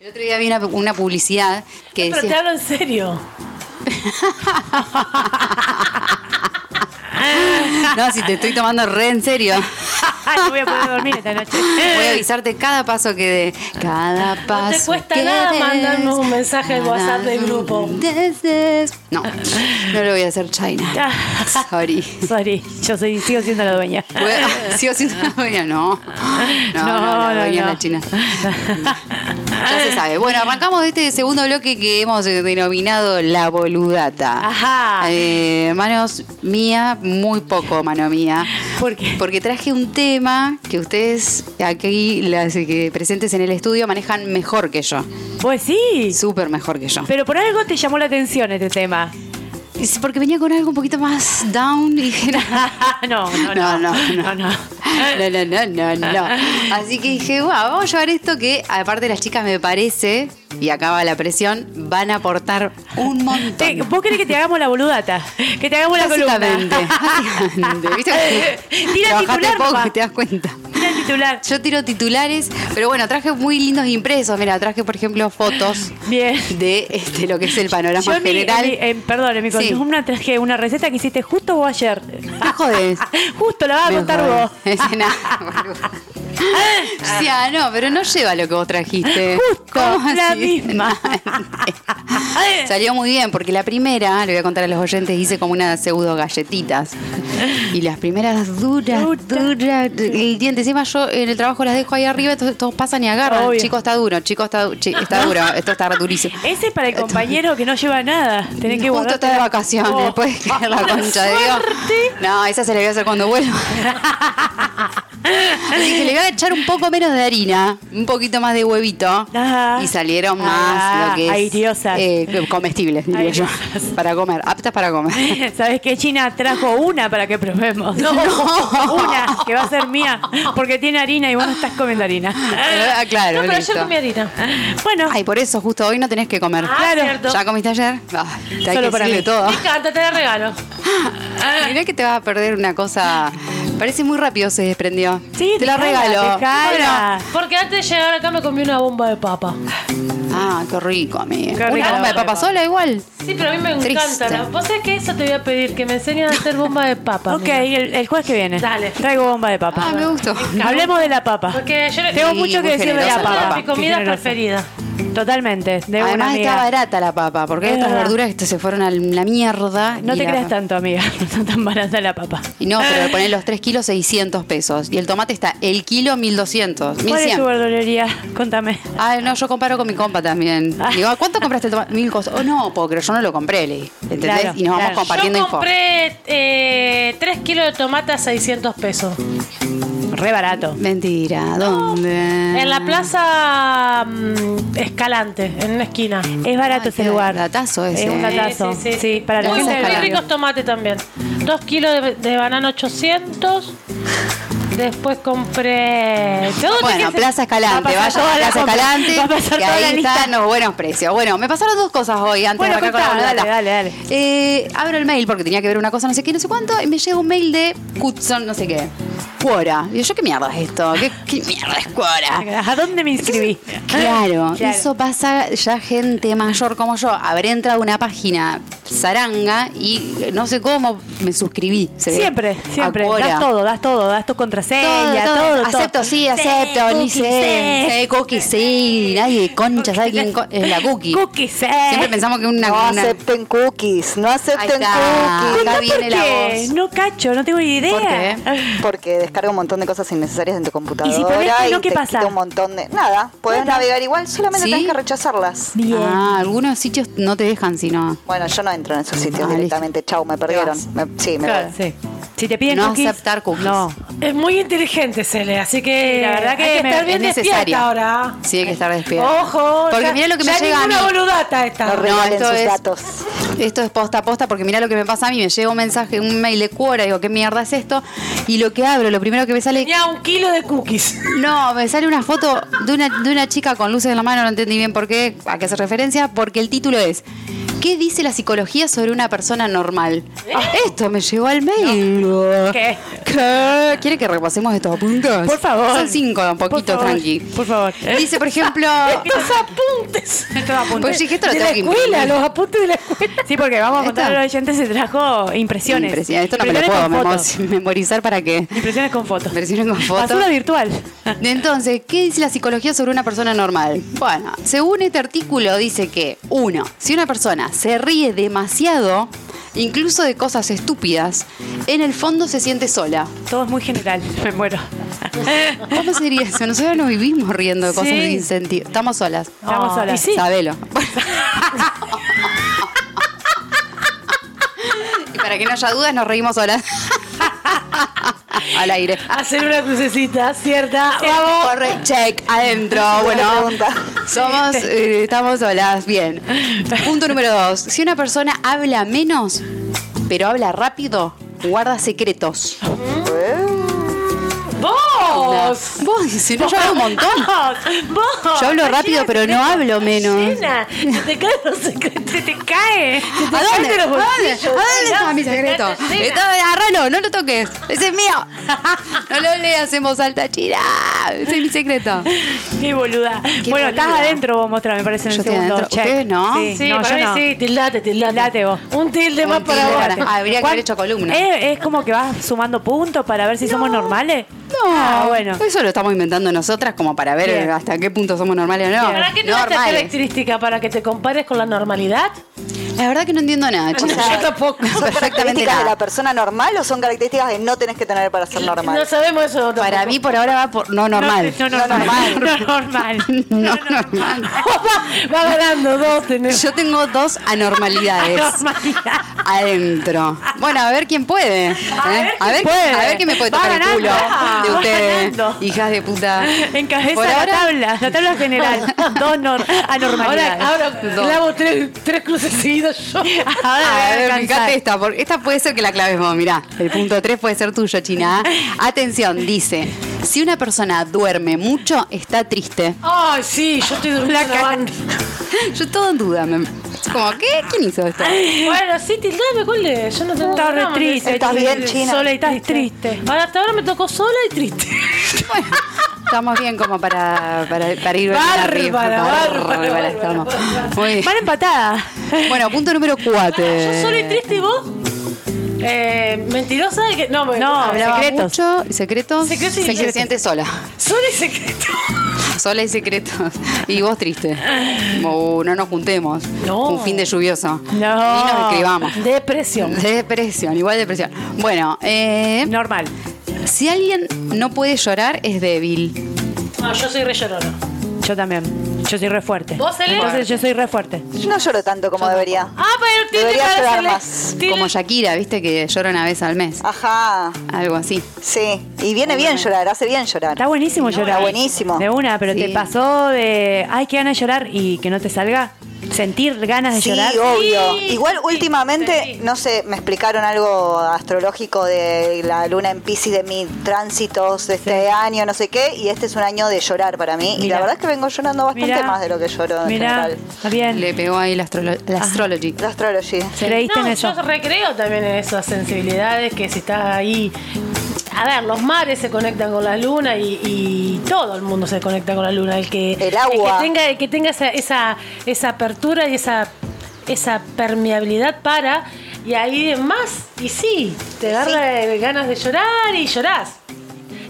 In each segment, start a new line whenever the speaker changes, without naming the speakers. El otro día vi una, una publicidad que
Pero te
decía...
hablo en serio.
No, si te estoy tomando re en serio.
Ay, Ah, no voy a poder dormir esta noche.
Voy a avisarte cada paso que dé. Cada paso.
cuesta
que
nada
des,
mandarnos un mensaje al
cada
WhatsApp del grupo.
des- No, no lo voy a hacer China. Sorry.
Sorry, yo soy, sigo siendo la dueña.
Voy a- Sí o sí, no, voy a- no. No, no, no,
no,
voy a
no.
la China. Ya se sabe. Bueno, arrancamos de este segundo bloque que hemos eh, denominado la boludata.
Ajá.
Eh, manos mía, muy poco mano mía.
¿Por qué?
Porque traje un tema que ustedes aquí, las eh, que presentes en el estudio, manejan mejor que yo.
Pues sí.
Súper mejor que yo.
Pero por algo te llamó la atención este tema.
Es porque venía con algo un poquito más down y dije, "No,
no, no,
no,
no.
no, no, no, no, no, no. Así que dije, wow, vamos a llevar esto que, aparte las chicas me parece, y acaba la presión, van a aportar un
Eh,
montón.
¿Vos querés que te hagamos la boludata? Que te hagamos la
Básicamente,
columna.
básicamente. ¿Viste?
Tira
Trabajaste
titular,
poco
papá.
y te das cuenta.
Mira el titular.
Yo tiro titulares, pero bueno, traje muy lindos impresos. Mira, traje, por ejemplo, fotos
Bien.
de este, lo que es el panorama
Yo en mi-
general.
en mi- en- perdón, en mi
Sí.
columna traje una receta que hiciste justo vos ayer.
Me jodés.
Justo la vas a
Me
contar
jodés.
vos.
Es nada, boludo. O sea, ah, no, pero no lleva lo que vos trajiste.
Justo,
¿Cómo
la
así?
misma.
Salió muy bien, porque la primera, le voy a contar a los oyentes, hice como unas pseudo galletitas. Y las primeras duras, duras. El diente, encima yo en el trabajo las dejo ahí arriba, entonces todos pasan y agarran.
Obvio.
Chico está duro, chico está, du- chi- está duro, esto está durísimo.
Ese es para el compañero que no lleva nada. Tenés que
Justo está de
guardártela.
vacaciones,
Oh,
puedes creer la
una
concha de Dios.
suerte.
No, esa se la voy a hacer cuando vuelva. Así que le voy a echar un poco menos de harina, un poquito más de huevito.
Ah.
y salieron más
Ah,
lo que es.
airiosas.
eh, comestibles, diría yo.
Airiosas.
Para comer, aptas para comer.
¿Sabes qué? China trajo una para que probemos. No, una que va a ser mía porque tiene harina y vos no estás comiendo harina.
Ah, claro,
no, pero
listo.
yo comí harina.
Bueno,
Ay, por eso justo hoy no tenés que comer.
Ah,
Claro.
cierto.
¿Ya comiste ayer? Ah, te hay
Solo
que
para
decirle
mí.
todo.
Me encanta, te la regalo.
Mirá que te vas a perder una cosa. Parece muy rápido se desprendió.
sí,
te la
dejala,
regalo.
dejala.
Porque antes de llegar acá me comí una bomba de papa.
Ah, qué rico, amigo.
Qué
Una
rico.
bomba de papa sola igual.
Sí, pero a mí me
Triste.
encanta. ¿no? ¿Vos sabés que eso te voy a pedir? Que me enseñen a hacer bomba de papa.
Ok,
mira.
el, el jueves que viene.
Dale.
Traigo bomba de papa.
Ah, me gustó.
Hablemos de la papa.
Porque yo
Tengo
Sí,
mucho
muy
que decir de
generosa la
la papa.
es
papa.
mi comida
Qué generosa.
preferida.
Totalmente, de una
Además
amiga.
está barata la papa, porque hay
Es
otras
verdad.
verduras que se fueron a la mierda.
No
y
te
la-
creas Ah. tanto, amiga. No está tan barata la papa.
Y no, pero le ponen los 3 kilos 600 pesos. Y el tomate está el kilo 1200,
¿Cuál es tu
1100.
verdulería? Contame.
Ay, no, yo comparo con mi compa también.
Ah.
Digo, "¿A ¿cuánto compraste el tomate? Mil cosas. Oh, no, puedo creer, yo no lo compré, le dije. ¿Entendés?
Claro,
y nos vamos
claro.
compartiendo
Yo
info.
compré eh, 3 kilos de tomate a 600 pesos.
Re barato.
Mentira, ¿dónde?
Ah.
En la plaza mm, Escalante, en una esquina.
Es barato
Ay,
ese
qué
lugar.
datazo ese,
Es
eh.
un datazo. Sí, para la
muy,
gente
de
muy
Escalante.
del barrio.
ricos tomates también. 2 kilos de, de banana 800. Después compré. ¿De dónde
Bueno,
quieres-
Plaza
Va a
Escalante,
pasar
vayan a
toda la
Plaza
compra.
Escalante.
Va a pasar
que
toda
ahí
la lista.
están los buenos precios. Bueno, me pasaron dos cosas hoy antes
Bueno,
de arrancar
contá,
con la
dale,
boludata.
dale, dale.
Eh, abro el mail porque tenía que ver una cosa, no sé qué, no sé cuánto, y me llega un mail de Cutson, no sé qué. Cuora. Y yo, ¿qué mierda es esto? ¿Qué, qué mierda es Cuora?
¿A dónde me inscribí?
Claro,
Claro.
eso pasa ya gente mayor como yo. Habré entrado a una página zaranga y no sé cómo me suscribí. se ve.
Siempre,
A
siempre.
Quora.
Das todo, das todo, das tu contraseña, todo, todo.
Acepto, sí, acepto, ni sé. Sí, cookie, sí. Nadie concha sabe quién co- es la cookie.
Cookies, sí.
Siempre pensamos que una.
No
una-
acepten cookies, no
Ahí
acepten
está,
cookies.
acá
No,
viene
¿por
la
qué?
voz.
No cacho, no tengo ni idea.
¿Por qué?
Porque descarga un montón de cosas innecesarias en tu computadora
pones que no,
y
¿qué
te
pasa?
quita un montón de... Nada, puedes navegar igual, solamente
¿Sí?
tenés que rechazarlas.
Bien.
Ah, algunos sitios no te dejan, sino.
Bueno, yo no entro en esos sitios
Ah,
directamente. Chau, me perdieron.
vas.
Me- sí, me
Claro,
voy.
sí. Si te piden
No
cookies,
aceptar cookies.
No.
Es muy inteligente, Cele, así que.
Sí, la verdad que
hay que
me-
estar
es
bien
necesario.
despierta ahora.
Sí, hay que estar despierto.
Ojo,
Porque
ya-
mirá lo que
ya
me llega a
ninguna
mí.
boludata eh. esta.
No
No,
regalen
esto
sus
es-
datos.
Esto es posta a posta porque mirá lo que me pasa a mí. Me llega un mensaje, un mail de cuora, digo, ¿qué mierda es esto? Y lo que abro, lo primero que me sale.
Tenía un kilo de cookies.
No, me sale una foto de una, de una chica con luces en la mano, no entendí bien por qué, a qué hace referencia, porque el título es ¿Qué dice la psicología sobre una persona normal? Esto me llegó al mail.
¿Eh? ¿Qué?
¿Qué? ¿Quiere que repasemos estos puntos?
Por favor.
Son cinco, un
Por
poquito,
favor, ¿Eh?
tranqui. ¿Eh?
Por favor.
Dice, por ejemplo.
Los apuntes.
Esto va a apuntar.
Pues sí, que esto lo
de
tengo
la
que
escuela,
imprimir.
los apuntes de la escuela.
Sí, porque vamos a contar a
¿Esta?
los oyentes, se trajo impresiones.
Impresionante. Esto no me lo puedo
Impresiones con fotos.
memo- memorizar para que.
Impresiones con fotos.
Impresiones con fotos.
Basura virtual.
Entonces, ¿qué dice la psicología sobre una persona normal? Bueno, según este artículo dice que, uno, si una persona se ríe demasiado, incluso de cosas estúpidas, en el fondo se siente sola.
Todo es muy general. Me muero.
¿Cómo sería eso? Nosotros no vivimos riendo de cosas
Sí.
sin sentido. Estamos solas.
Estamos
Ah,
solas.
y sí.
Sabelo. y para que no haya dudas, nos reímos solas. Al aire.
Hacer una crucecita, ¿cierta?
Corre, check, adentro.
Buena
Bueno,
pregunta.
somos, eh, estamos solas, bien. Punto número dos. Si una persona habla menos, pero habla rápido, guarda secretos.
Oh.
¡Vos!
Vos, si no, yo hablo un montón.
¡Vos!
Yo hablo rápido, pero no hablo menos.
Llena, se te caen los secretos.
Se te cae.
¿A dónde? ¿A
Sácate
dónde? ¿A
los bolsillos,
dónde
no,
está mi
se te
secreto?
llena.
Está- Agarralo, no lo toques. Ese es mío. No lo leas en voz alta, chira. Ese es mi secreto.
Qué boluda. bueno, estás
boluda.
adentro vos, Mostra, me parece, en
Yo
el
estoy
segundo.
adentro.
Check.
¿Ustedes no?
Sí,
Sí,
no,
para
yo
mí
no.
sí, tildate, tildate.
Tildate vos.
Un tilde más
Un
para
tilde
vos.
para- Ah, habría que haber hecho columna.
Eh, es como que vas sumando puntos para ver si somos normales.
No,
Ah, bueno.
eso lo estamos inventando nosotras como para ver
Bien.
hasta qué punto somos normales o no.
¿Para qué te das esta
normales.
característica? ¿Para que te compares con la normalidad?
La verdad que no entiendo nada, chicos.
yo tampoco.
¿Son
Perfectamente
características de la
nada.
persona normal o son características que no tenés que tener para ser normal?
No sabemos eso. tampoco.
Para mí por ahora va por no normal.
No, no, normal. No normal.
No normal.
Va ganando dos. Tenemos.
Yo tengo dos anormalidades
Normalidad.
adentro. Bueno, a ver quién puede. ¿eh? A ver,
quién puede.
a ver quién me puede
Va
tocar el
ganando.
culo de
Va
ustedes,
ganando.
hijas de puta.
Encabeza
Por
la
ahora-
tabla, la tabla general. Dos nor-
Ahora,
anormalidades.
ahora
Dos.
clavo tres, tres cruces seguidos yo.
voy
A ver, este.
alcanzar.
fíjate esta, porque esta puede ser que la claves vos, mirá. El punto 3 puede ser tuyo, China. Atención, dice, si una persona duerme mucho, está triste.
Ay, sí, yo estoy durmiendo en la banda.
Yo todo en duda. me- Como, ¿qué? ¿Quién hizo esto?
Bueno, sí, tildame, ¿cuál es? Yo no tengo
Estás re
drama,
triste.
¿Estás bien, China?
Sola y estás triste.
Ahora, hasta ahora me tocó sola y triste.
Bueno, estamos bien como para, para, para ir arriba.
Bárbara, bárbara, bárbara.
estamos. Muy bien.
Van empatadas.
Bueno, punto número 4.
Yo sola y triste y vos. Eh, mentirosa y que. No, me- ah,
No, hablaba-
Hablaba
Secretos.
mucho, secretos,
Secretos y
se- se
secretos.
siente sola.
Sola y secreto.
Sola y secretos. Y vos triste. Como, uh, no nos juntemos.
No.
Un fin de lluvioso.
No.
Ni nos escribamos. ¿Eh?
Depresión.
Depresión, igual depresión. Bueno, eh,
Normal.
si alguien no puede llorar, es débil.
No, Ah, yo soy re llorona.
Yo también. Yo soy re fuerte.
¿Vos, Ele?
Entonces yo soy re fuerte.
No lloro tanto como debería.
Ah, pero tilde
Debería
para
llorar
Cele-
más,
tilde-
Como Shakira, viste que llora una vez al mes.
Ajá,
Algo así.
sí. Y viene bien llorar, hace bien llorar.
Está buenísimo llorar.
está buenísimo.
De una, pero
Sí.
te pasó de. Ay, que ganas de llorar y que no te salga. Sentir ganas de
Sí,
llorar.
obvio.
Sí,
Igual
sí,
últimamente,
sí.
no sé, me explicaron algo astrológico de la luna en Pisces, de mis tránsitos de este año, no sé qué, y este es un año de llorar para mí. Y
Mirá.
la verdad es que vengo llorando bastante
Mirá.
más de lo que lloro en
Mirá,
general.
está bien.
Le pegó ahí la, astrolo- la astrology.
La astrología.
Creíste
No,
en eso.
yo recreo también en esas sensibilidades que si estás ahí. A ver, los mares se conectan con la luna y, y todo el mundo se conecta con la luna. El que,
El agua.
que tenga, el que tenga esa, esa, esa apertura y esa, esa permeabilidad para. Y ahí más, y sí, te agarra eh, ganas de llorar y llorás.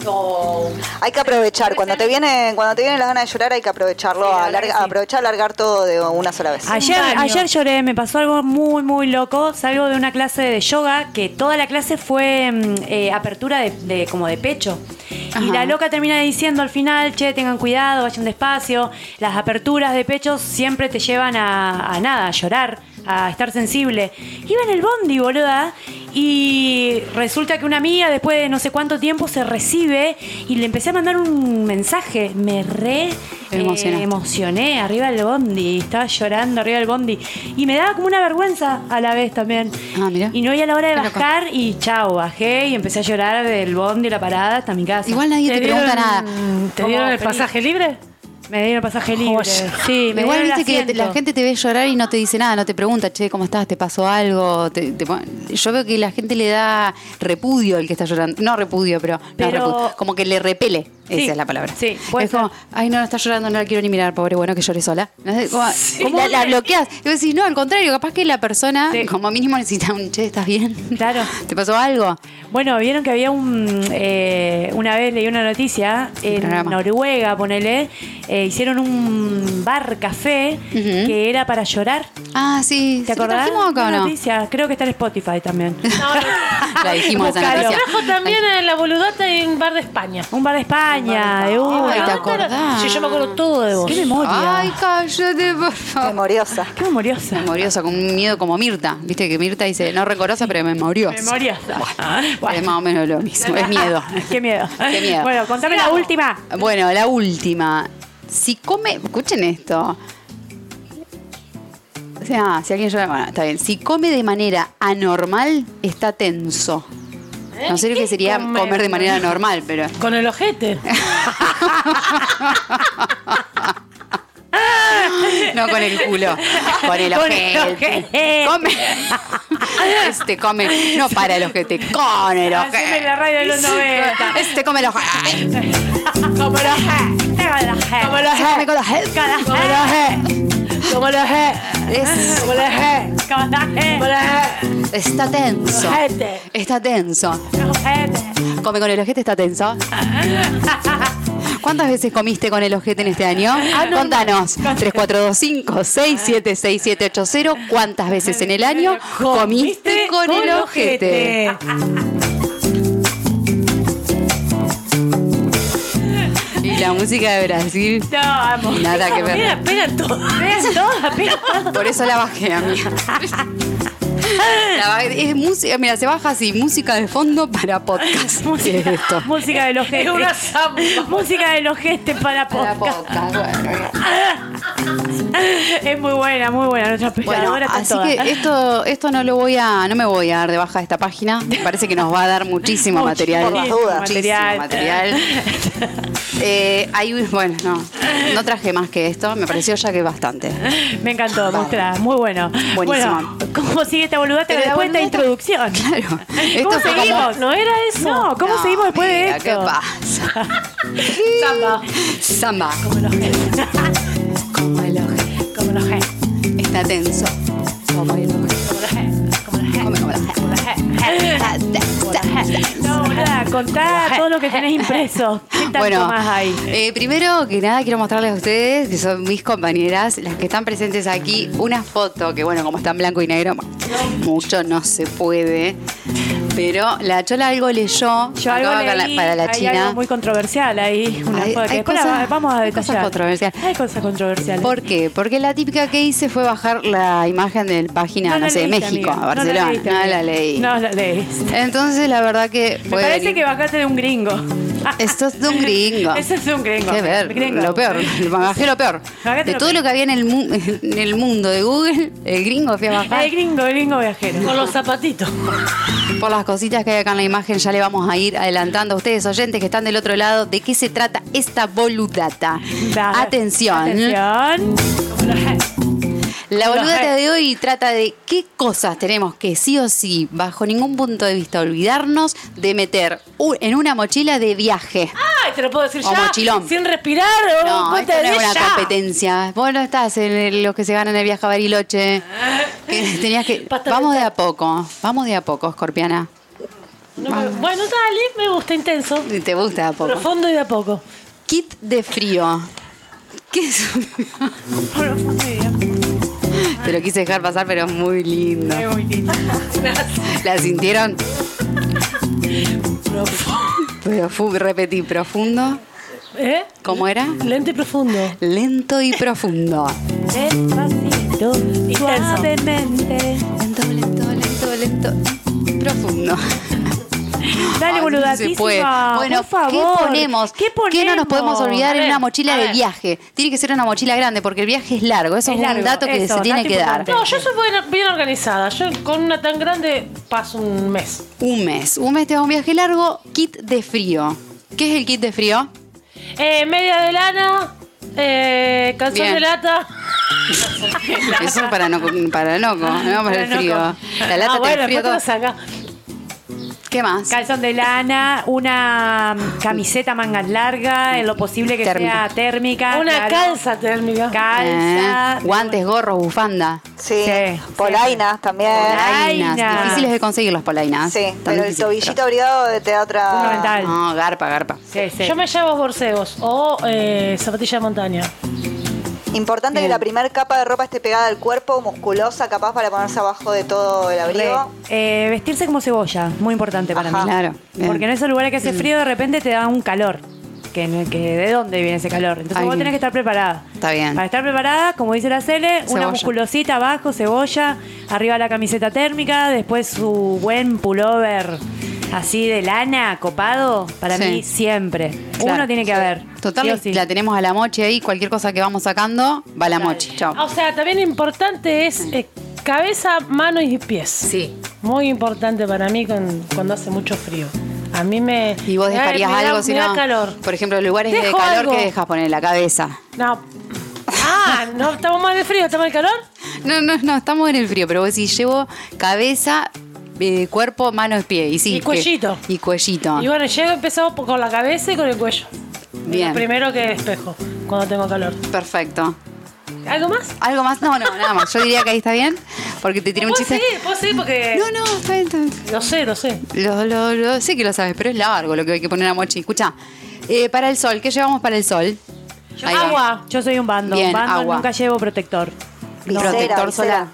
O
Hay que aprovechar. Cuando te vienen, cuando te vienen las ganas de llorar, hay que aprovecharlo,
la verdad
alarga-
que sí.
aprovechar, alargar todo de una sola vez.
Ay.
Ayer,
baño.
ayer lloré, me pasó algo muy, muy loco. Salgo de una clase de yoga que toda la clase fue mm, eh, apertura de, de- como de pecho. Y
Ajá.
la loca termina diciendo al final, che, tengan cuidado, vayan despacio. Las aperturas de pecho siempre te llevan a, a nada, a llorar, a estar sensible. Iba en el bondi, boluda, y resulta que una amiga después de no sé cuánto tiempo se recibe y le empecé a mandar un mensaje. Me re eh,
Te emocionaste.
emocioné arriba del bondi, estaba llorando arriba del bondi y me daba como una vergüenza a la vez también.
Ah, mirá.
Y no había la hora de
Qué loco.
bajar y chao, bajé y empecé a llorar del bondi, la parada hasta mi casa.
Igual nadie te, pregunta nada.
Mm, ¿Te
Como
dieron el
feliz.
pasaje libre?
Me dieron pasaje libre.
Joya.
Sí, me
Igual
dieron
viste
el
que te-
asiento.
la gente te ve llorar y no te dice nada, no te pregunta, che, ¿cómo estás? ¿Te pasó algo? Te- te pon- yo veo que la gente le da repudio al que está llorando. No repudio, pero, no,
Pero-
repudio. como que le repele.
Sí,
Esa es la palabra.
sí, puede
es como,
ser.
ay, no, no está llorando, no la quiero ni mirar, pobre, bueno, que llore sola. No sé, como-
¿Cómo
la, la
le-
bloqueas. Y vos decís, no, al contrario, capaz que la persona,
Sí.
como mínimo, necesita un che, ¿estás bien?
Claro.
¿Te pasó algo?
Bueno, vieron que había un. eh, una vez leí una noticia en
programa.
Noruega, ponele. eh, hicieron un bar café
Ujú.
que era para llorar.
Ah, sí.
¿Te
¿sí lo
acordás?
trajimos acá o
Una
no?
noticia, Creo que está en Spotify también.
La dijimos esa
Buscalo.
Lo
noticia.
trajo también en la boludota en un bar de España.
Un bar de España, de una.
Ay, ¿te acordás?
Sí, yo me acuerdo todo de vos.
¡Qué memoria!
Ay, cállate, por favor.
Memoriosa.
¡Qué memoriosa!
Memoriosa, con un miedo como Mirta. Viste que Mirta dice, no rencorosa, pero memoriosa.
Memoriosa.
Buah,
Ah, Bueno.
Es más o menos lo mismo, es miedo.
¡Qué miedo!
Qué miedo.
Bueno, contame la última.
Bueno, la última. Si come, escuchen esto. O sea, si alguien llora, bueno, está bien. Si come de manera anormal, está tenso. No sé lo que
¿Eh? ¿Qué
sería
comer?
comer de manera normal, pero...
Con el ojete.
No con el culo, con el
Con el
ojete.
ojete.
Come. Este come, no para el ojete, con el ojete.
Haceme la radio de los 90.
Este come el ojete.
Como la G. Como la
Este come con el ojete.
Como la
Como el ojete.
Es-
Como el ojete.
Como la G.
Como el ojete.
Está tenso.
Ojete.
Está tenso.
Como la G.
Come con el ojete, está tenso. ¿Cuántas veces comiste con el ojete en este año? Contanos. 3425-676780. ¿Cuántas veces en el año comiste con el ojete? Y la música de Brasil.
No, Ah, vamos.
Nada que ver.
Mira, pega todo.
Vean todas, vean todas.
Por eso la bajé, amiga. La bajé. Es música, mira, se baja así, música de fondo para podcast. ¿Qué es esto?
Música del ojete.
Es una zamba.
Música del ojete para
Para
podcast.
podcast, bueno.
Es muy buena, muy buena. Nuestra
Bueno,
pescadora
así que esto, esto no lo voy a, no me voy a dar de baja de esta página. Me parece que nos va a dar muchísimo material.
por las dudas.
Muchísimo
Material.
material. Eh, hay un- bueno, no, no traje más que esto. Me pareció ya que bastante.
Me encantó, Mostra. Muy bueno.
Buenísimo.
Bueno, ¿cómo sigue esta boludata
Pero la
después de esta
boludata-
introducción?
Claro. Esto
¿Cómo
fue como-
seguimos? ¿No era eso? No, ¿cómo
No,
seguimos después de
mira,
esto?
¿Qué pasa?
Zamba.
Samba.
Como los genes.
Como el oje.
Como los genes.
Está tenso. Como el oje.
Como los genes. Como los
Come
genes.
como el oje.
Como los genes.
Ta, ta, ta, ta.
No, boluda, contá todo lo que tenés impreso. ¿Qué tanto
Bueno,
más hay?
eh, primero que nada quiero mostrarles a ustedes, que son mis compañeras, las que están presentes aquí, una foto que, bueno, como está en blanco y negro, bueno, mucho no se puede. Pero la Chola algo leyó
Yo algo
acá para la-
leí,
para la
hay
China.
algo muy controversial ahí. Una
Hay-
foto que
hay
después la
cosas-
va- vamos a
hay cosas
detallar.
controversiales.
Hay cosas controversiales.
¿Por qué? Porque la típica que hice fue bajar la imagen del página, no,
la
sé, de
leíste,
México,
amiga.
a Barcelona. No la,
leíste, amiga.
leí.
No la leí.
Entonces, la verdad que.
Me
puede
parece
venir.
que bajaste de un gringo.
Esto es de un gringo.
Eso es de un gringo.
Qué ver,
Gringo.
lo peor, bajé lo peor.
Bajate
De
lo
todo
peor.
lo que había en el, mu- en el mundo de Google, el gringo fui a bajar.
Ah, El gringo, el gringo viajero.
Con los zapatitos.
Por las cositas que hay acá en la imagen, ya le vamos a ir adelantando a ustedes, oyentes que están del otro lado, de qué se trata esta boludata.
Dale.
Atención.
Atención. eh.
La
Los
boludata
hay.
de hoy trata de qué cosas tenemos que sí o sí, bajo ningún punto de vista, olvidarnos de meter u- en una mochila de viaje.
Ay, te lo puedo decir
O
ya.
mochilón.
Sin respirar. o
No,
ponte
esto no
de
es una
ya.
competencia. Vos no estás en el- los que se ganan el viaje a Bariloche. Que tenías que.
Pasta
vamos de a poco. Vamos de a poco, Scorpiana.
No me- Bueno, dale, me gusta intenso.
Te gusta de a poco.
Profundo y de a poco.
Kit de frío. ¿Qué es? Te lo quise dejar pasar, pero es muy lindo. ¿La sintieron? Pero fu- repetí, profundo.
¿Eh?
¿Cómo era?
Lente profundo.
Lento y profundo.
Despacito, suavemente.
Lento, lento, lento, lento. y Profundo.
Dale,
Ay,
boludatísima.
no se puede. Bueno,
por favor.
¿qué ponemos?
¿Qué ponemos?
no nos podemos olvidar
A
en
ver,
una mochila
a
de
ver.
viaje? Tiene que ser una mochila grande porque el viaje es largo. Eso es,
Es
un
largo,
dato que
eso,
se tiene
dato
que dar.
importante.
No, yo soy buena- bien organizada. Yo con una tan grande paso un mes.
Un mes. Un mes te va un viaje largo. Kit de frío. ¿Qué es el kit de frío?
Eh, media de lana, Eh, calzón
Bien.
de lata.
Eso para no para loco, no para el
Para
frío.
loco.
La lata
ah, bueno,
te enfría
después te
todo.
lo sacás.
¿Qué más?
Calzón de lana, una mm, camiseta mangas largas, en lo posible que
Térmica.
sea
Ah,
térmica.
Una
claro.
calza térmica.
Eh,
Calza.
guantes, gorros, bufanda.
Sí.
Sí,
Polainas también.
Polainas.
Polainas. Difíciles de conseguir las polainas.
Sí,
Tan
pero el
difíciles,
tobillito abrigado de teatro.
Fundamental.
pero- No, garpa, garpa.
Sí, sí.
Yo me llevo borcegos o eh, zapatilla de montaña.
Importante que la primera capa de ropa esté pegada al cuerpo, musculosa, capaz para ponerse abajo de todo el abrigo.
Eh, vestirse como cebolla, muy importante para
Ajá.
mí.
Claro. bien. Mm.
Porque en esos lugares que hace frío de repente te da un calor. Que, no- que ¿De dónde viene ese calor? Entonces
Ay,
vos tenés que estar preparada.
Está bien.
Para estar preparada, como dice la Cele,
Cebolla.
una musculosita abajo, cebolla, arriba la camiseta térmica, después su buen pullover así de lana, copado, para
Sí.
mí siempre.
Claro,
Uno tiene que haber.
Total,
sí o sí.
la tenemos a la moche ahí. Cualquier cosa que vamos sacando, va a la moche. Chao.
O sea, también importante es eh, cabeza, manos y pies.
Sí.
Muy importante para mí con- cuando hace mucho frío. A mí me.
Y vos
me da-
dejarías
me da-
algo si
me da
no.
calor.
Por ejemplo, lugares de
Dejo
calor
algo.
que dejas poner la cabeza.
No. Ah, no estamos mal de frío, estamos de calor.
No, no, no, estamos en el frío, pero vos decís, llevo cabeza, eh, cuerpo, manos, pie. Y, sí,
Y
que-
cuellito.
y cuellito.
Y bueno, llego empezamos por- con la cabeza y con el cuello.
Bien.
Lo primero que despejo cuando tengo calor.
Perfecto.
¿Algo más?
¿Algo más? No, no, nada más. Yo diría que ahí está bien, porque te tiré un
¿Puedo
chiste.
seguir? ¿Puedo seguir? Porque.
No, no, está bien, está bien.
Lo sé, lo sé.
Lo, lo- lo- sé que lo sabes, pero es largo lo que hay que poner a Mochi. Escucha, para el sol, ¿qué llevamos para el sol? Ahí va.
Agua. Ah, Yo soy un bando.
Bien,
un bando
agua.
nunca llevo protector.
Y
Visera,
protector
visera.
solar.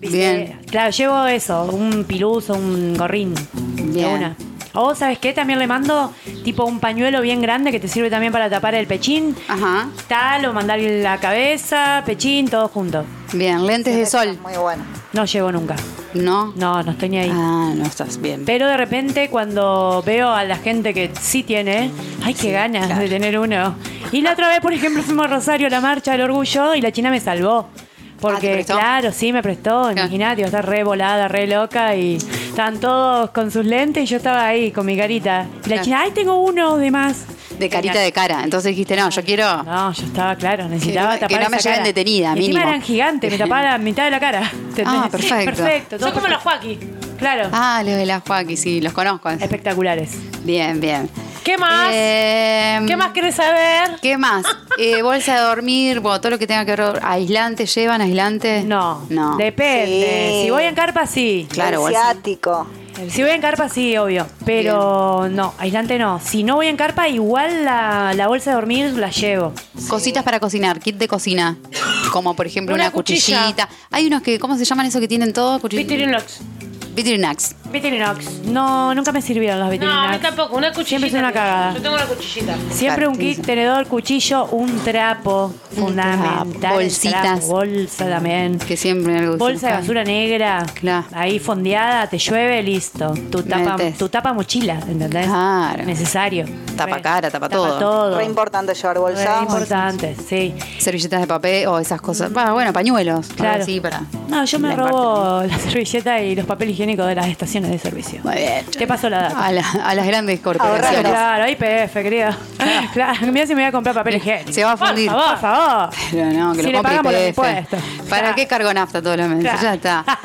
¿Viste?
Bien.
Claro, llevo eso, un piluso, un gorrín.
Bien.
De una. O, ¿sabes qué? También le mando tipo un pañuelo bien grande que te sirve también para tapar el pechín.
Ajá.
Tal, o mandar la cabeza, pechín, todo junto.
Bien, lentes de sol.
Muy bueno.
No llevo nunca.
No.
No, no estoy ni ahí.
Ah, no estás bien.
Pero de repente cuando veo a la gente que sí tiene, ay, qué ganas de tener uno. Y la otra vez, por ejemplo, fuimos a Rosario a la marcha del orgullo y la China me salvó.
Ah, ¿te
Porque,
prestó?
claro, sí, me prestó. Imaginate, iba a estar re volada, re loca y estaban todos con sus lentes y yo estaba ahí con mi carita. Y la
Claro.
China, ay, tengo uno de más.
De carita de cara. Entonces dijiste, no, yo quiero.
No, yo estaba, claro, necesitaba
Que no-
tapar
que no me
esa
lleven
cara.
detenida,
Y encima
mínimo.
eran gigantes, me tapaba la mitad de la cara. ¿entendés?
Ah, perfecto.
Perfecto. todo
Son como los
perfecto.
Joaquín.
Claro,
Ah, los de la Joaquín, sí, los conozco.
Eh. espectaculares.
Bien, bien.
¿Qué más?
Eh,
¿Qué más querés saber?
¿Qué más? Eh, bolsa de dormir, bueno, todo lo que tenga que ver. ¿Aislante llevan? ¿Aislante?
No,
No.
depende.
Sí.
eh, Si voy en carpa, sí.
Claro,
el
bolsa.
ciático.
Si voy en carpa, sí, obvio. Pero no, aislante no. Si no voy en carpa, igual la, la bolsa de dormir la llevo.
Cositas para cocinar, kit de cocina. Como por ejemplo una,
Una
cuchillita.
cuchilla.
Hay unos que, ¿cómo se llaman eso que tienen todo? Cuchill-
Vitorinox.
Vitrinax.
Vitrinox. No, nunca me sirvieron los
No, a
vitrinox.
mí tampoco. Una
Siempre
cuchillita.
es una
tengo.
cagada.
Yo tengo una cuchillita.
Siempre un kit, tenedor, cuchillo, un trapo. fundamental. el trapo,
Bolsitas.
bolsa también.
Que siempre algo se nos
Bolsa de
cae.
basura negra.
Claro.
Ahí fondeada, te llueve, listo. Tu tapa,
Metes.
tu tapa mochila, ¿entendés?
Claro.
Necesario.
Tapa
Re.
cara, tapa todo.
todo.
Re importante llevar
Re
bolsa.
importante, sí.
Servilletas de papel o esas cosas. Ah, bueno, pañuelos. algo
Claro.
así para.
No, yo me
la
robo la servilleta y los papeles higiénicos de las estaciones de servicio.
Muy bien.
Te paso la data.
A, la- a las grandes
Ahorralo.
corporaciones.
Claro, IPF, querida. Claro, mira si me voy a comprar papel higiénico.
Se va a fundir.
Por favor, por favor.
Pero no, que
si
lo
le
compre
pagamos los
IPF.
impuestos.
¿Para
Claro.
qué cargo nafta todos los meses?
Claro.
Ya está.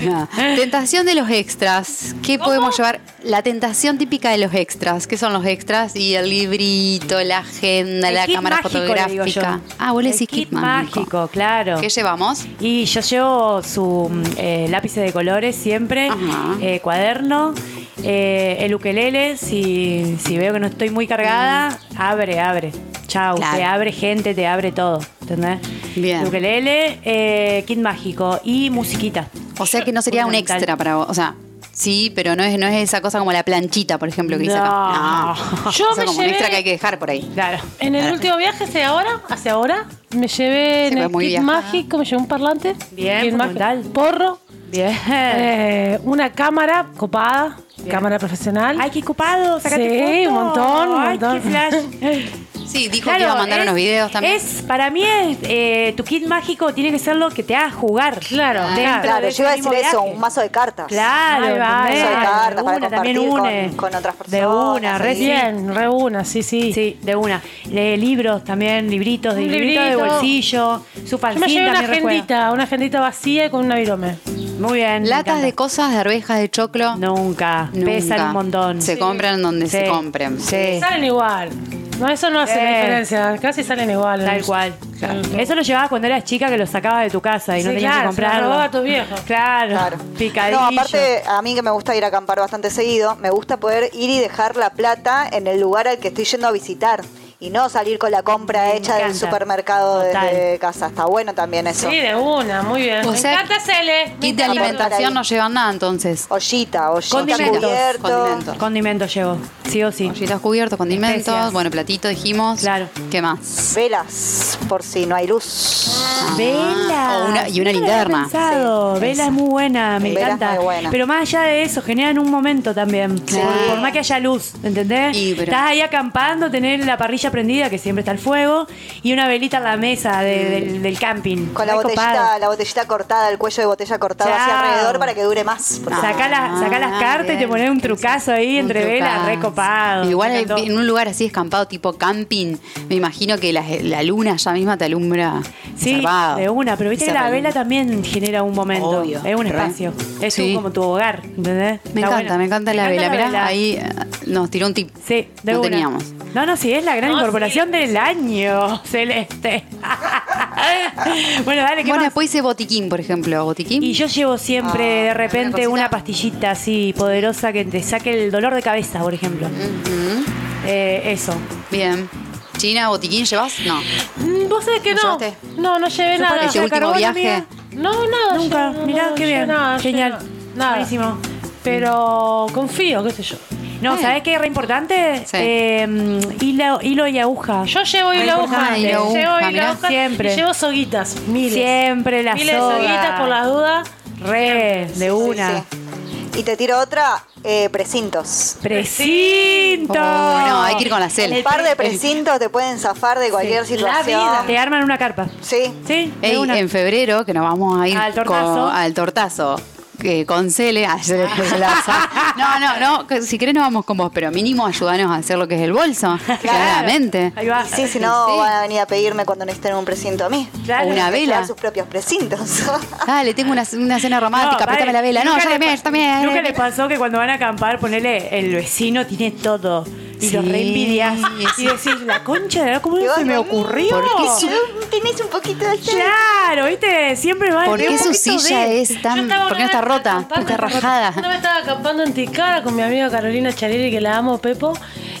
No. Tentación de los extras. ¿Qué podemos llevar? La tentación típica de los extras. ¿Qué son los extras? Y el librito, la agenda,
El
la
kit
cámara
mágico, le digo yo.
fotográfica. Ah, vos le
El
decís kit mágico.
claro.
¿Qué llevamos?
Y yo llevo su mm, eh, lápiz de colores siempre,
Ajá.
eh, cuaderno, eh, el ukelele, si, si veo que no estoy muy cargada, abre, abre. Chau,
Mm. Claro.
te abre gente, te abre todo, ¿entendés?
Bien.
El ukelele, eh, kit mágico y musiquita.
O sea que no sería un
Fundamental.
extra para vos. O sea, sí, pero no es, no es esa cosa como la planchita, por ejemplo, que dice acá.
No.
No.
Yo
Eso
me
como un
llevé-
extra que hay que dejar por ahí.
Claro.
En el último viaje, hacia ahora, hacia ahora, me llevé
Sí,
en
fue
el
muy
kit
viajada.
mágico, me llevé un parlante.
Bien,
kit
fundamental.
mágico, Porro.
Bien.
eh, una cámara copada. Cámara profesional.
Ay, qué copado, sacate
Sí,
foto.
un montón, un
Ay,
montón.
qué flash.
Sí, dijo
Claro,
que iba a mandar
es-
unos videos también.
Es, para mí es, eh, tu kit mágico tiene que ser lo que te haga jugar. Claro,
Claro, yo iba a decir eso, un mazo de cartas.
Claro,
Ahí va,
¿entendés?
eso de
cartas para
una, también
compartir
une.
con- con otras
De
personas,
una, re
ahí.
sí.
Bien, re una, sí, sí.
Sí, de una. Lee libros también, libritos, de
Un
libritos de
librito.
bolsillo, su
Yo
fanzine
me llevé una
también recuerdo.
agendita, una agendita vacía y con una virome.
Muy bien. me
Latas de
encanta.
cosas, de arvejas, de choclo.
Nunca. Pesan
Nunca.
un montón.
Se compran donde
Sí.
se compren.
Sí.
Salen igual. No, eso no hace
Sí.
diferencia. Casi salen igual.
Tal cual.
Claro.
Eso lo llevabas cuando eras chica que lo sacabas de tu casa y no
Sí,
tenías
claro,
que
se lo robaba
comprarlo.
a tus viejos.
Claro.
Claro.
Picadillo.
No, aparte, a mí que me gusta ir a acampar bastante seguido, me gusta poder ir y dejar la plata en el lugar al que estoy yendo a visitar y no salir con la compra
Me
hecha del
encanta.
supermercado
Total.
desde casa. Está bueno también eso.
Sí, de una, muy bien.
O
me
sea,
encanta Cele. me
Kit de
encanta.
alimentación no llevan nada entonces.
Ollita, ollita
Condimentos,
cubierto.
condimentos.
Condimento llevo. Sí o sí.
Ollitas cubiertos, condimentos,
Especias.
bueno, platito dijimos.
Claro.
¿Qué más?
Velas, por si no hay luz.
Vela.
o Oh, una- y una
Nunca lo había
linterna.
pensado. Vela es muy buena, me
Vela es
encanta.
muy buena.
Pero más allá de eso, generan un momento también. Por, por más que haya luz, ¿entendés?
Y, pero-
Estás ahí acampando, tener la parrilla prendida, que siempre está el fuego, y una velita en la mesa
Mm.
de- del, del camping.
Con la
Re
botellita,
copado.
la botellita cortada, el cuello de botella cortado hacia
Chao.
alrededor para que dure más. porque-
Sacá,
Ah,
las- sacá las cartas y te pones un trucazo ahí entre velas,
recopados
recopado.
Igual
Me encantó.
en un lugar así escampado, tipo camping, me imagino que la, la luna ya misma te alumbra.
Sí,
zarpado.
de una, pero viste que la
Zarpado.
vela también genera un momento,
Obvio,
es un
re.
espacio, es
Sí.
un- como tu hogar, ¿entendés?
Me
Está
encanta,
bueno.
me encanta la vela. Mirá, ahí eh, nos tiró un tip.
Sí, de
no
una.
teníamos.
No, no, sí, es la gran
No,
incorporación
sí.
del año celeste. bueno, dale, ¿qué
Bueno,
más?
después hice botiquín, por ejemplo. ¿Botiquín?
Y yo llevo siempre
Ah,
de repente
¿alguna cosita?
una pastillita así poderosa que te saque el dolor de cabeza, por ejemplo.
Ujú.
Eh, eso.
Bien. China, botiquín, ¿llevas? No.
Mm, Vos sabés que
¿Lo
no.
llevaste?
No, no llevé
para
nada.
ese este último
¿Carbón,
viaje?
amiga? No, nada.
Nunca,
yo no-
mirá,
no
qué
llevé
bien.
nada,
Genial.
llevé Nada.
Buenísimo.
Pero confío, qué sé yo.
No,
Bien.
¿sabés qué es re importante?
Sí.
Eh, mm, hilo, hilo y aguja.
Yo llevo
Ay,
hilo aguja.
importante.
Llevo
Hilo aguja,
hilo
mirá,
aguja.
siempre.
Y llevo soguitas. Miles.
siempre la
Miles de soguitas por las dudas.
Re, de
Sí,
una.
sí. Y te tiro otra, eh, precintos.
Precinto.
Oh, no, hay que ir con la
Un
cel.
par de precintos te pueden zafar de cualquier
la
situación.
Te arman una carpa.
Sí.
Sí, de
Ey,
una.
en febrero, que nos vamos a ir
Al tortazo.
con- al tortazo, que con Cele, ayer el No, no, no, que si querés no vamos con vos, pero mínimo ayudanos a hacer lo que es el bolso, claramente.
Ahí va.
Y sí, si no,
sí.
van a venir a pedirme cuando necesiten un precinto a mí.
Claro.
O una
Hay que
vela.
llevar sus propios precintos.
Dale, tengo una, una cena romántica,
vale.
apretame la vela. No,
Nunca
yo
le
también,
pa-
yo también. eh.
Nunca le pasó que cuando van a acampar, ponele, el vecino tiene todo. Y los
Sí,
re envidias.
sí.
Y decís, la concha, de la- ¿cómo no se me ocurrió?
¿Por qué su-
Tenés un poquito de sal.
Claro, viste, siempre va
¿Por
de un
qué su
poquito
silla
de-
es tan.?
Yo estaba
¿Por qué no
una
está
vez
rota?
acampando-
Está
Una
rajada.
vez estaba acampando en Ticara con mi amiga Carolina Charelli, que la amo, Pepo,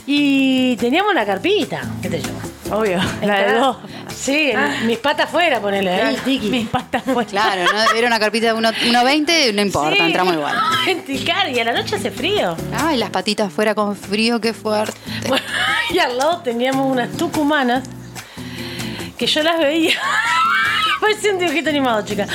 y teníamos una carpita. ¿Qué te llama?
Obvio, la de dos.
Sí,
Ah.
mis patas fuera, ponele. ahí, tiki.
Mis patas fuera.
Claro, ¿no? era una carpita de uno- 1.20, no importa,
Sí.
entramos igual.
En Ticara, y a la noche hace frío.
Ay, las patitas fuera con frío, qué fuerte.
Bueno, y al lado teníamos unas tucumanas que yo las veía. Parecía un dibujito animado, chica.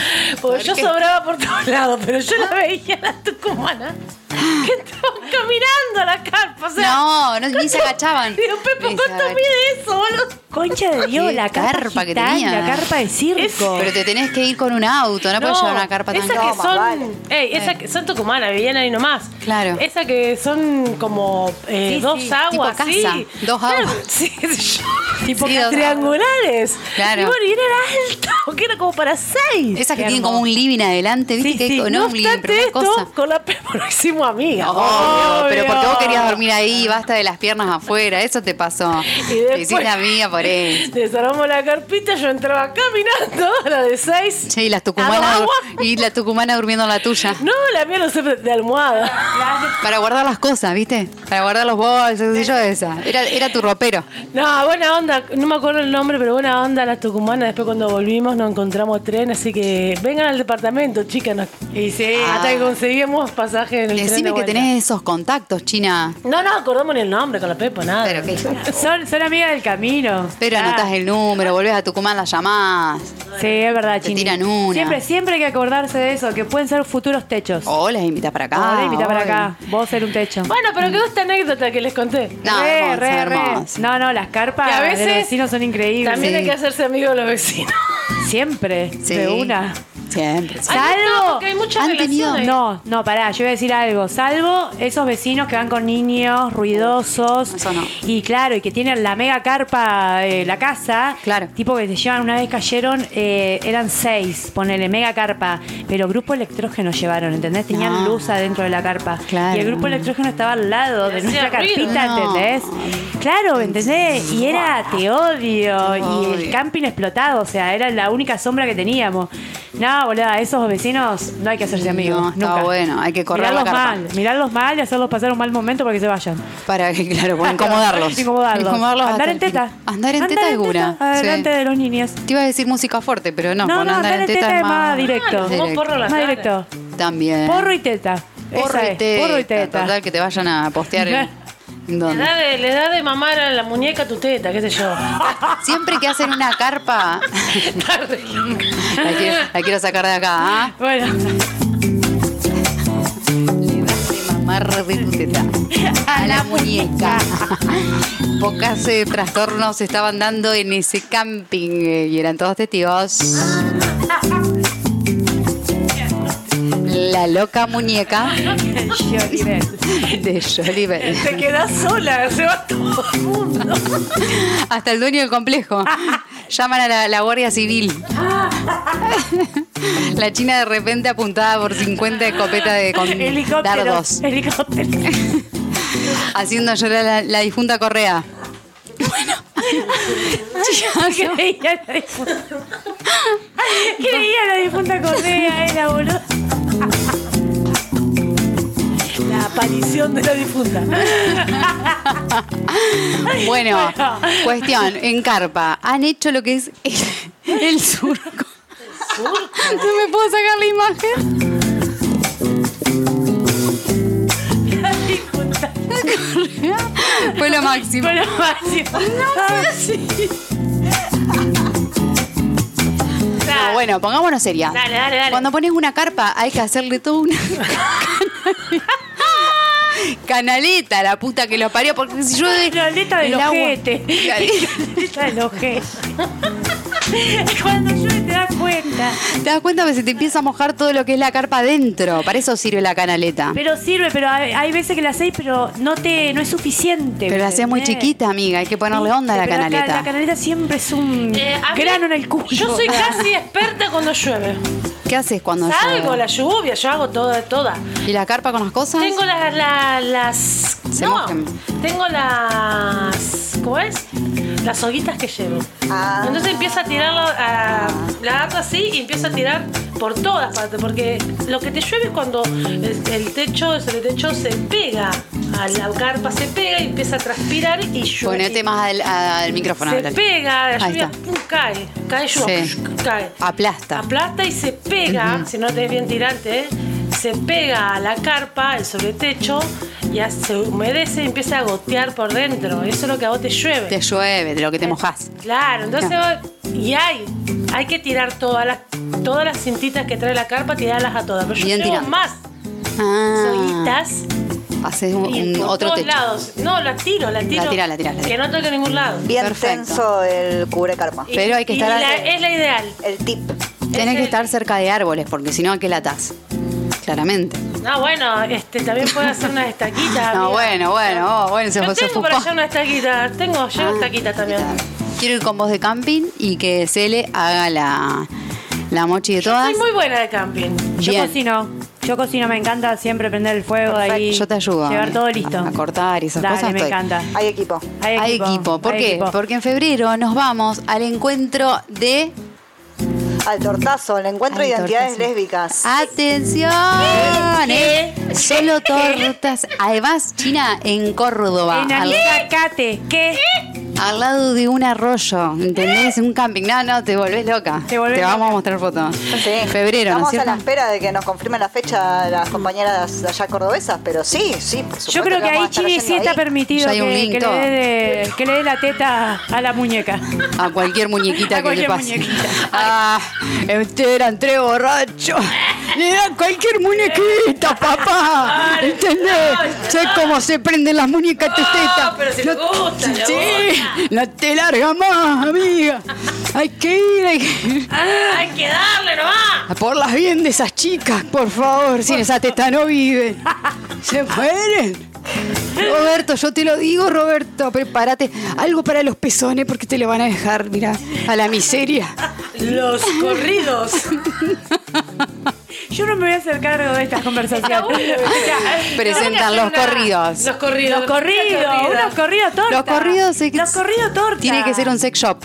Porque yo sobraba por todos lados, pero yo las veía las tucumanas que estaban caminando a la carpa. O sea,
No, no, ni se agachaban.
Digo, Pepo,
Ni se
¿cuánto
agach-
mide eso, boludo?
Concha de Dios,
Qué
la carpa,
carpa que
gitana,
tenía.
La carpa de circo.
Pero te tenés que ir con un auto, no, puedes llevar una carpa tan
esas
grande.
que
No,
son,
más vale.
ey, esas que son tucumanas, vivían ahí nomás.
Claro.
Esas que son como eh,
Sí,
dos
sí,
aguas,
tipo
sí.
casa, dos
Claro,
aguas.
sí, qué sé yo. tipo
Sí, dos
triangulares.
Claro.
Y bueno, y eran altas, que era como para seis.
Esas que
Qué
tienen
hermoso.
como un living adelante, ¿viste?
Sí,
que
sí.
no,
No
un living, pero
obstante
una
esto,
cosa.
con la Pepo nos hicimos amigas.
Obvio, pero porque vos
Obvio.
querías dormir ahí, basta de las piernas afuera, eso te pasó.
Y
Te
después-
hiciste amiga por él.
Desarmamos la carpita, yo entraba caminando a la de seis.
Che, y las
A
tucumanas
dos aguas.
y la tucumana durmiendo en la tuya.
No, la mía no sé de almohada.
Para guardar las cosas, ¿viste? Para guardar los bolsos, qué sé yo, esa. Era, era tu ropero.
No, buena onda, no me acuerdo el nombre, pero buena onda las tucumanas. Después cuando volvimos nos encontramos tren, así que vengan al departamento, chicas. nos-
Y sí,
Hasta que conseguimos pasaje en el
Es
tren
decime que
vuelta.
tenés esos contactos, China.
No, no, acordamos ni el nombre con la Pepa, nada.
Pero qué hija.
Son, son amigas del camino.
Pero
Ah,
anotás el número, volvés a Tucumán, la llamás.
Sí, es verdad,
Te
Chini.
tiran una.
Siempre, siempre hay que acordarse de eso, que pueden ser futuros techos.
O las invitas para acá.
Ahora invita para
o-
acá. Vos ser un techo.
Bueno, pero quedó esta anécdota que les conté.
No, hermosa, hermosa.
No, no, las carpas
Que a veces
de los vecinos son increíbles.
También
Sí.
hay que hacerse amigo de los vecinos.
Siempre,
Sí.
de una.
Siempre.
Ay, Salvo-
porque hay muchas
¿Han tenido?
relaciones.
No, no, pará, yo voy a decir algo. Salvo esos vecinos que van con niños ruidosos.
Eso no.
Y claro, y que tienen la mega carpa eh, la casa.
Claro.
Tipo que se llevan, una vez cayeron, eh, eran seis, ponele mega carpa. Pero grupo electrógeno llevaron, ¿entendés? Tenían
No.
luz adentro de la carpa.
Claro.
Y el grupo electrógeno estaba al lado de
Hacía
nuestra
ruido.
carpita,
No.
¿entendés? Claro, ¿entendés? Y era te odio. Y el
odio.
camping explotado, o sea, era la única sombra que teníamos. No, boluda, esos vecinos no hay que hacerse amigos.
No, está
nunca.
bueno, hay que correr la
Mirarlos
carpa.
mal, mirarlos mal y hacerlos pasar un mal momento para que se vayan.
Para que, claro, para incomodarlos.
Incomodarlos.
hasta
Andar
el
en
fin.
teta.
Andar en teta es una.
Adelante de los niños.
Te iba a decir música fuerte, pero no,
No,
con
no,
andar en teta, es más
directo.
Como un porro en la
Más
cara.
directo.
También.
Porro y teta.
Porro
Esa
y
es,
teta.
Porro y teta.
Total, que te vayan a postear en- en
Les
donde.
da, de, les da de mamar a la muñeca tu teta, qué sé yo.
Siempre que hacen una carpa,
Tarde.
la quiero, la quiero sacar de acá, ¿ah?
Bueno,
Le das de mamar de tu teta a la muñeca. Pocas eh, trastornos se estaban dando en ese camping eh, y eran todos testigos. La loca muñeca
yo diré.
de Jolie Bell.
Te quedas sola, se va todo el mundo.
Hasta el dueño del complejo. Llaman a la, la Guardia Civil. La China de repente apuntada por 50 escopetas de con
Helicópteros.
dardos,
Helicópteros.
haciendo llorar a la, la difunta Correa.
Creía la difunta. Creía la difunta Correa, era boludo.
La aparición de la difunta.
Bueno,
Bueno.
cuestión, en carpa, han hecho lo que es el, el surco. No me puedo sacar la imagen.
La difunta.
Fue lo máximo.
Con lo máximo.
Pero bueno, pongámonos seria.
Dale, dale, dale.
Cuando pones una carpa hay que hacerle toda una canaleta, la puta que los parió, porque si yo
Canaleta del
el agua-
ojete. Está el ojete. Cuando llueve te das cuenta.
Te das cuenta que se te empieza a mojar todo lo que es la carpa adentro. Para eso sirve la canaleta.
Pero sirve, pero hay, hay veces que la hacéis, pero no te no es suficiente.
Pero la hacías muy
¿entendés?
chiquita, amiga. Hay que ponerle onda a la
Pero ca- La
canaleta.
canaleta siempre es un
Eh, a mí-
grano en el culo.
Yo soy casi experta cuando llueve.
¿Qué haces cuando
Salgo a
llueve?
la lluvia, yo hago toda, toda.
¿Y la carpa con las cosas?
Tengo la- la- las.
Se
No,
mojan.
tengo las. ¿Cómo es? Las hoguitas que llevo.
Ah.
Entonces empiezo a tirarlo. A, la agarro así y empiezo a tirar por todas partes. Porque lo que te llueve es cuando el, el techo, el techo se pega a la carpa, se pega y empieza a transpirar y llueve.
Ponete más al, al micrófono.
Se
dale.
pega, la
Ahí
lluvia
está.
pum, cae, cae lluvia,
Sí. Ah.
cae.
Aplasta.
Aplasta y se pega, si no tenés bien tirante, ¿eh? se pega a la carpa, el sobretecho, ya se humedece y empieza a gotear por dentro. Eso es lo que a vos te llueve.
Te llueve de lo que te mojás.
Claro, entonces vos- y hay, hay que tirar todas las, todas las cintitas que trae la carpa, tirarlas a todas. Pero yo
Bien
llevo
tirante.
más
Ah,
soguitas
haces un,
y
un
por
otro
todos
techo.
lados. No, las tiro, las tiro.
tirás, la tirás, la
Que no toque en ningún lado.
Bien
Perfecto.
tenso el cubre carpa.
Y-
Pero hay que
y
estar
la-
al-
es la ideal.
El tip.
Tenés
Es
que
el-
estar cerca de árboles, porque si no, ¿a qué latás? Claramente.
No, bueno, este, también puede hacer unas estaquitas.
No,
amiga.
bueno, bueno, oh, bueno, se
Yo
fue- se
tengo
fue-
para allá una estaquita, tengo yo
Ah,
estaquita también.
Quiero ir con vos de camping y que Cele haga la, la mochi de
Yo
todas.
soy muy buena de camping.
Yo
Bien.
cocino, yo cocino, me encanta siempre prender el fuego ahí.
Yo te ayudo.
Llevar
a-
todo listo.
A cortar y esas
Dale,
cosas.
me
estoy.
encanta.
Hay equipo.
Hay equipo. ¿Por
hay
qué?
equipo.
Porque en febrero nos vamos al encuentro de.
Al tortazo, el encuentro de
Al
identidades
tortazo.
lésbicas.
Ah,
¡Atención! ¿eh? Solo tortas. Además, China en Córdoba.
En
al-
Alicacate, Eh, ¿qué?
al lado de un arroyo, ¿entendés? Un camping. No, no, te volvés loca.
Te volvés
vamos
loca.
a mostrar fotos.
Sí.
Febrero, ¿no
Estamos
es cierto?
a la espera de que nos confirmen la fecha las compañeras de allá cordobesas, pero sí, sí, por supuesto.
Yo creo que
vamos a
ahí
estar
Chile
yendo
sí está
ahí.
permitido
Ya hay
que,
un link
que le
todo.
dé de- que le dé la teta a la muñeca.
A cualquier muñequita
A
que
cualquier
le pase.
muñequita.
Ah, este era entre borracho. Le dan cualquier muñequita, papá. ¿Entendés? Sé cómo se prenden las muñecas testetas.
pero si le gusta, le
Sí, no te larga más, amiga. Hay que ir, hay que ir.
Ah, Hay que darle nomás.
A Por las bien de esas chicas, por favor. Sin esa teta no viven. Se mueren. Roberto, yo te lo digo, Roberto, prepárate algo para los pezones porque te lo van a dejar, mira, a la miseria.
Los corridos.
Yo no me voy a hacer cargo de estas conversaciones. O sea,
Presentan los corridos.
Los corridos.
los corridos, unos corridos torta.
Los corridos se-
Los corridos torta.
Tiene que ser un sex shop.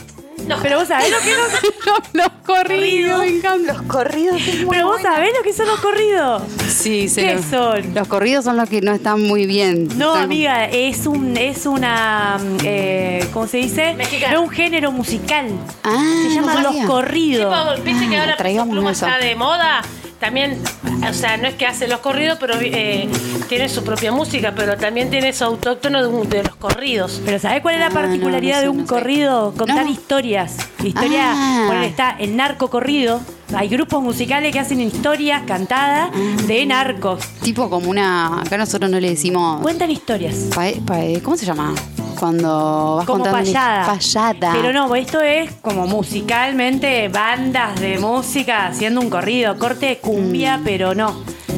No, pero vos sabés lo que los...
los corridos, me encanta.
Los corridos es muy
Pero vos
bueno.
sabés lo que son los corridos.
Sí, se
¿Qué
lo-
son?
Los corridos son los que no están muy bien.
No,
Están-
amiga, es un es una mm, eh, ¿cómo se dice?
Mexicana.
No un género musical.
Ah,
se llaman
no
los
sabía.
corridos.
Tipo, viste que
Ah,
ahora Peso
traigamos
Pluma
eso.
está de moda. También, o sea, no es que hace los corridos, pero eh, tiene su propia música, pero también tiene su autóctono de, un- de los corridos.
Pero ¿sabés cuál es
Ah,
la
no,
particularidad
no sé,
de un
no sé.
corrido? Contar
No.
historias. Historia,
Ah.
ponele, está el narco corrido. Hay grupos musicales que hacen historias cantadas
Ah,
de narcos.
Tipo como una. Acá nosotros no le decimos.
Cuentan historias.
pae- pae- ¿Cómo se llama? Cuando vas
Como
contando. una-
payada.
Payada.
Pero no, esto es como musicalmente bandas de música haciendo un corrido, corte de cumbia,
Mm.
pero no.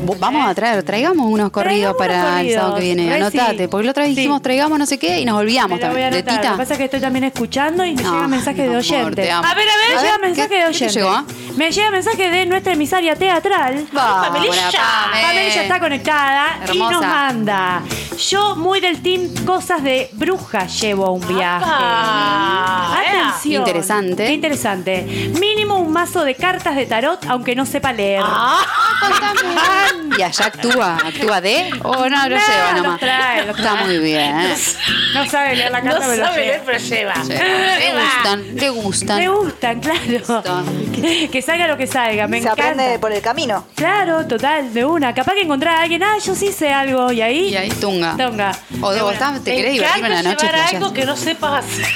Vo- Vamos a traer, traigamos unos corridos
Traigamos
para
unos
el sábado que
corridos,
viene.
re
Anotate,
sí.
porque la otra vez
Sí.
dijimos traigamos no sé qué y nos olvidamos
Me la voy a
también. De
anotar. Lo
Tita.
que pasa es que estoy también escuchando y me
No,
llega mensaje
mi
de
amor,
oyente.
te amo.
A ver, a ver, me
A
llega
ver, ¿qué-
mensaje
qué
de
te
oyente.
llegó, ah?
Me llega mensaje de nuestra emisaria teatral.
Vamos,
Pamelilla.
Pame.
Pamelilla está conectada y
Hermosa.
nos manda. Yo muy del team cosas de bruja llevo a un viaje.
Ah,
Atención.
Interesante.
Qué interesante. Mínimo un mazo de cartas de tarot, aunque no sepa leer.
Ah, Contame. Y allá actúa, actúa de o no, lo
No,
lleva
los
nomás.
trae, los
Está muy bien.
No sabe leer la
No
carta, pero
sabe
lleva.
leer, pero lleva.
Le gustan, le
Me
gustan.
gustan, claro.
Gustan.
Que, que salga lo que salga, me
Se
encanta.
aprende por el camino.
Claro, total, de una. Capaz que encontrar a alguien, ah, yo sí sé algo, y ahí.
Y ahí tunga.
Tonga.
O de
De
vos
una.
estás- te querés divertir en la
encanta
noche.
llevar
flashás.
algo que no sepas hacer.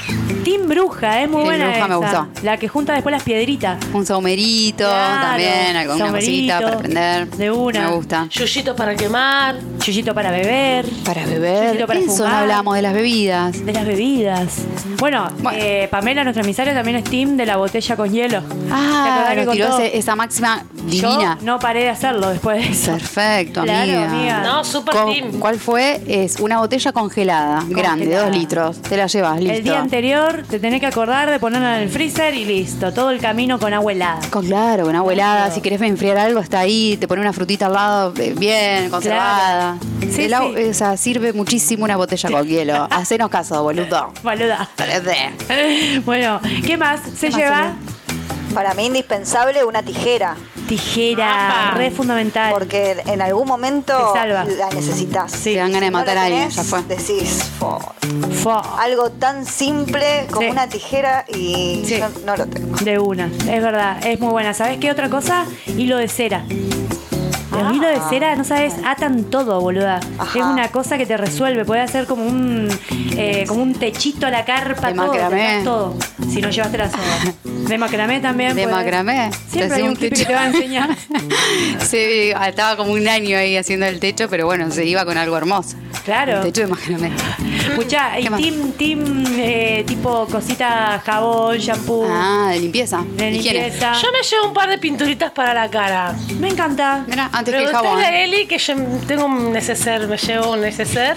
Team Bruja, es muy
Team
buena.
Bruja me
esa.
gustó.
La que junta después las piedritas.
Un saumerito
Claro,
también, alguna
saumerito,
cosita para prender.
de una.
Me gusta.
Yuyitos para quemar.
Chullito para beber,
Para beber.
Chiquito para
Eso no
fumar.
hablamos de las bebidas.
de las bebidas. Bueno,
Bueno.
eh, Pamela, nuestra emisaria, también es team de la botella con hielo. ¿Te
Ah,
acordás que
pero tiró
contó?
ese- esa máxima
Yo
divina.
no paré de hacerlo después de eso.
Perfecto,
Claro, amiga.
amiga.
No, super
Co-
team.
¿Cuál fue? Es una botella congelada, grande, dos litros. Te la llevas, listo.
El día anterior te tenés que acordar de ponerla en el freezer y listo. Todo el camino con agua helada.
Con, claro, con agua helada. Si querés enfriar algo, está ahí. Te pone una frutita al lado, eh, bien, conservada.
Sí,
El agua-
sí.
O sea, sirve muchísimo una botella con hielo. Hacenos caso, boludo.
Boluda.
3D.
pues. Bueno, ¿qué más? Se
más,
lleva
Para mí indispensable una tijera,
tijera,
Apa.
re fundamental.
porque en algún momento
Te salva.
la necesitas.
Te dan ganas de
Si no
matar
la
a alguien,
tenés,
ya fue.
Decís, "Fo".
Fua,
algo tan simple como
Sí.
una tijera y
Sí.
yo no lo tengo.
De una, es verdad, es muy buena. ¿Sabes qué otra cosa? Hilo de cera. Los hilos
Ah.
de cera, no sabes, atan todo, boluda.
Ajá.
Es una cosa que te resuelve. Puede hacer como un eh, como un techito a la carpa,
De
todo, te
macramé.
das todo. Si no llevaste la soga. De macramé también.
De
podés.
macramé.
Siempre hay
hacía
un hippie que te va a enseñar.
sí, estaba como un año ahí haciendo el techo, pero bueno, se iba con algo hermoso.
Claro.
El techo de macramé.
Escuchá, y
¿Qué más?
team, team, eh, tipo cosita, jabón, shampoo.
Ah, de limpieza.
Uh. De
Higiene.
limpieza.
Yo me llevo un par de pinturitas para la cara.
me encanta.
Mira, antes que el
Preguntale
jabón.
a Eli que yo tengo un neceser, me llevo un neceser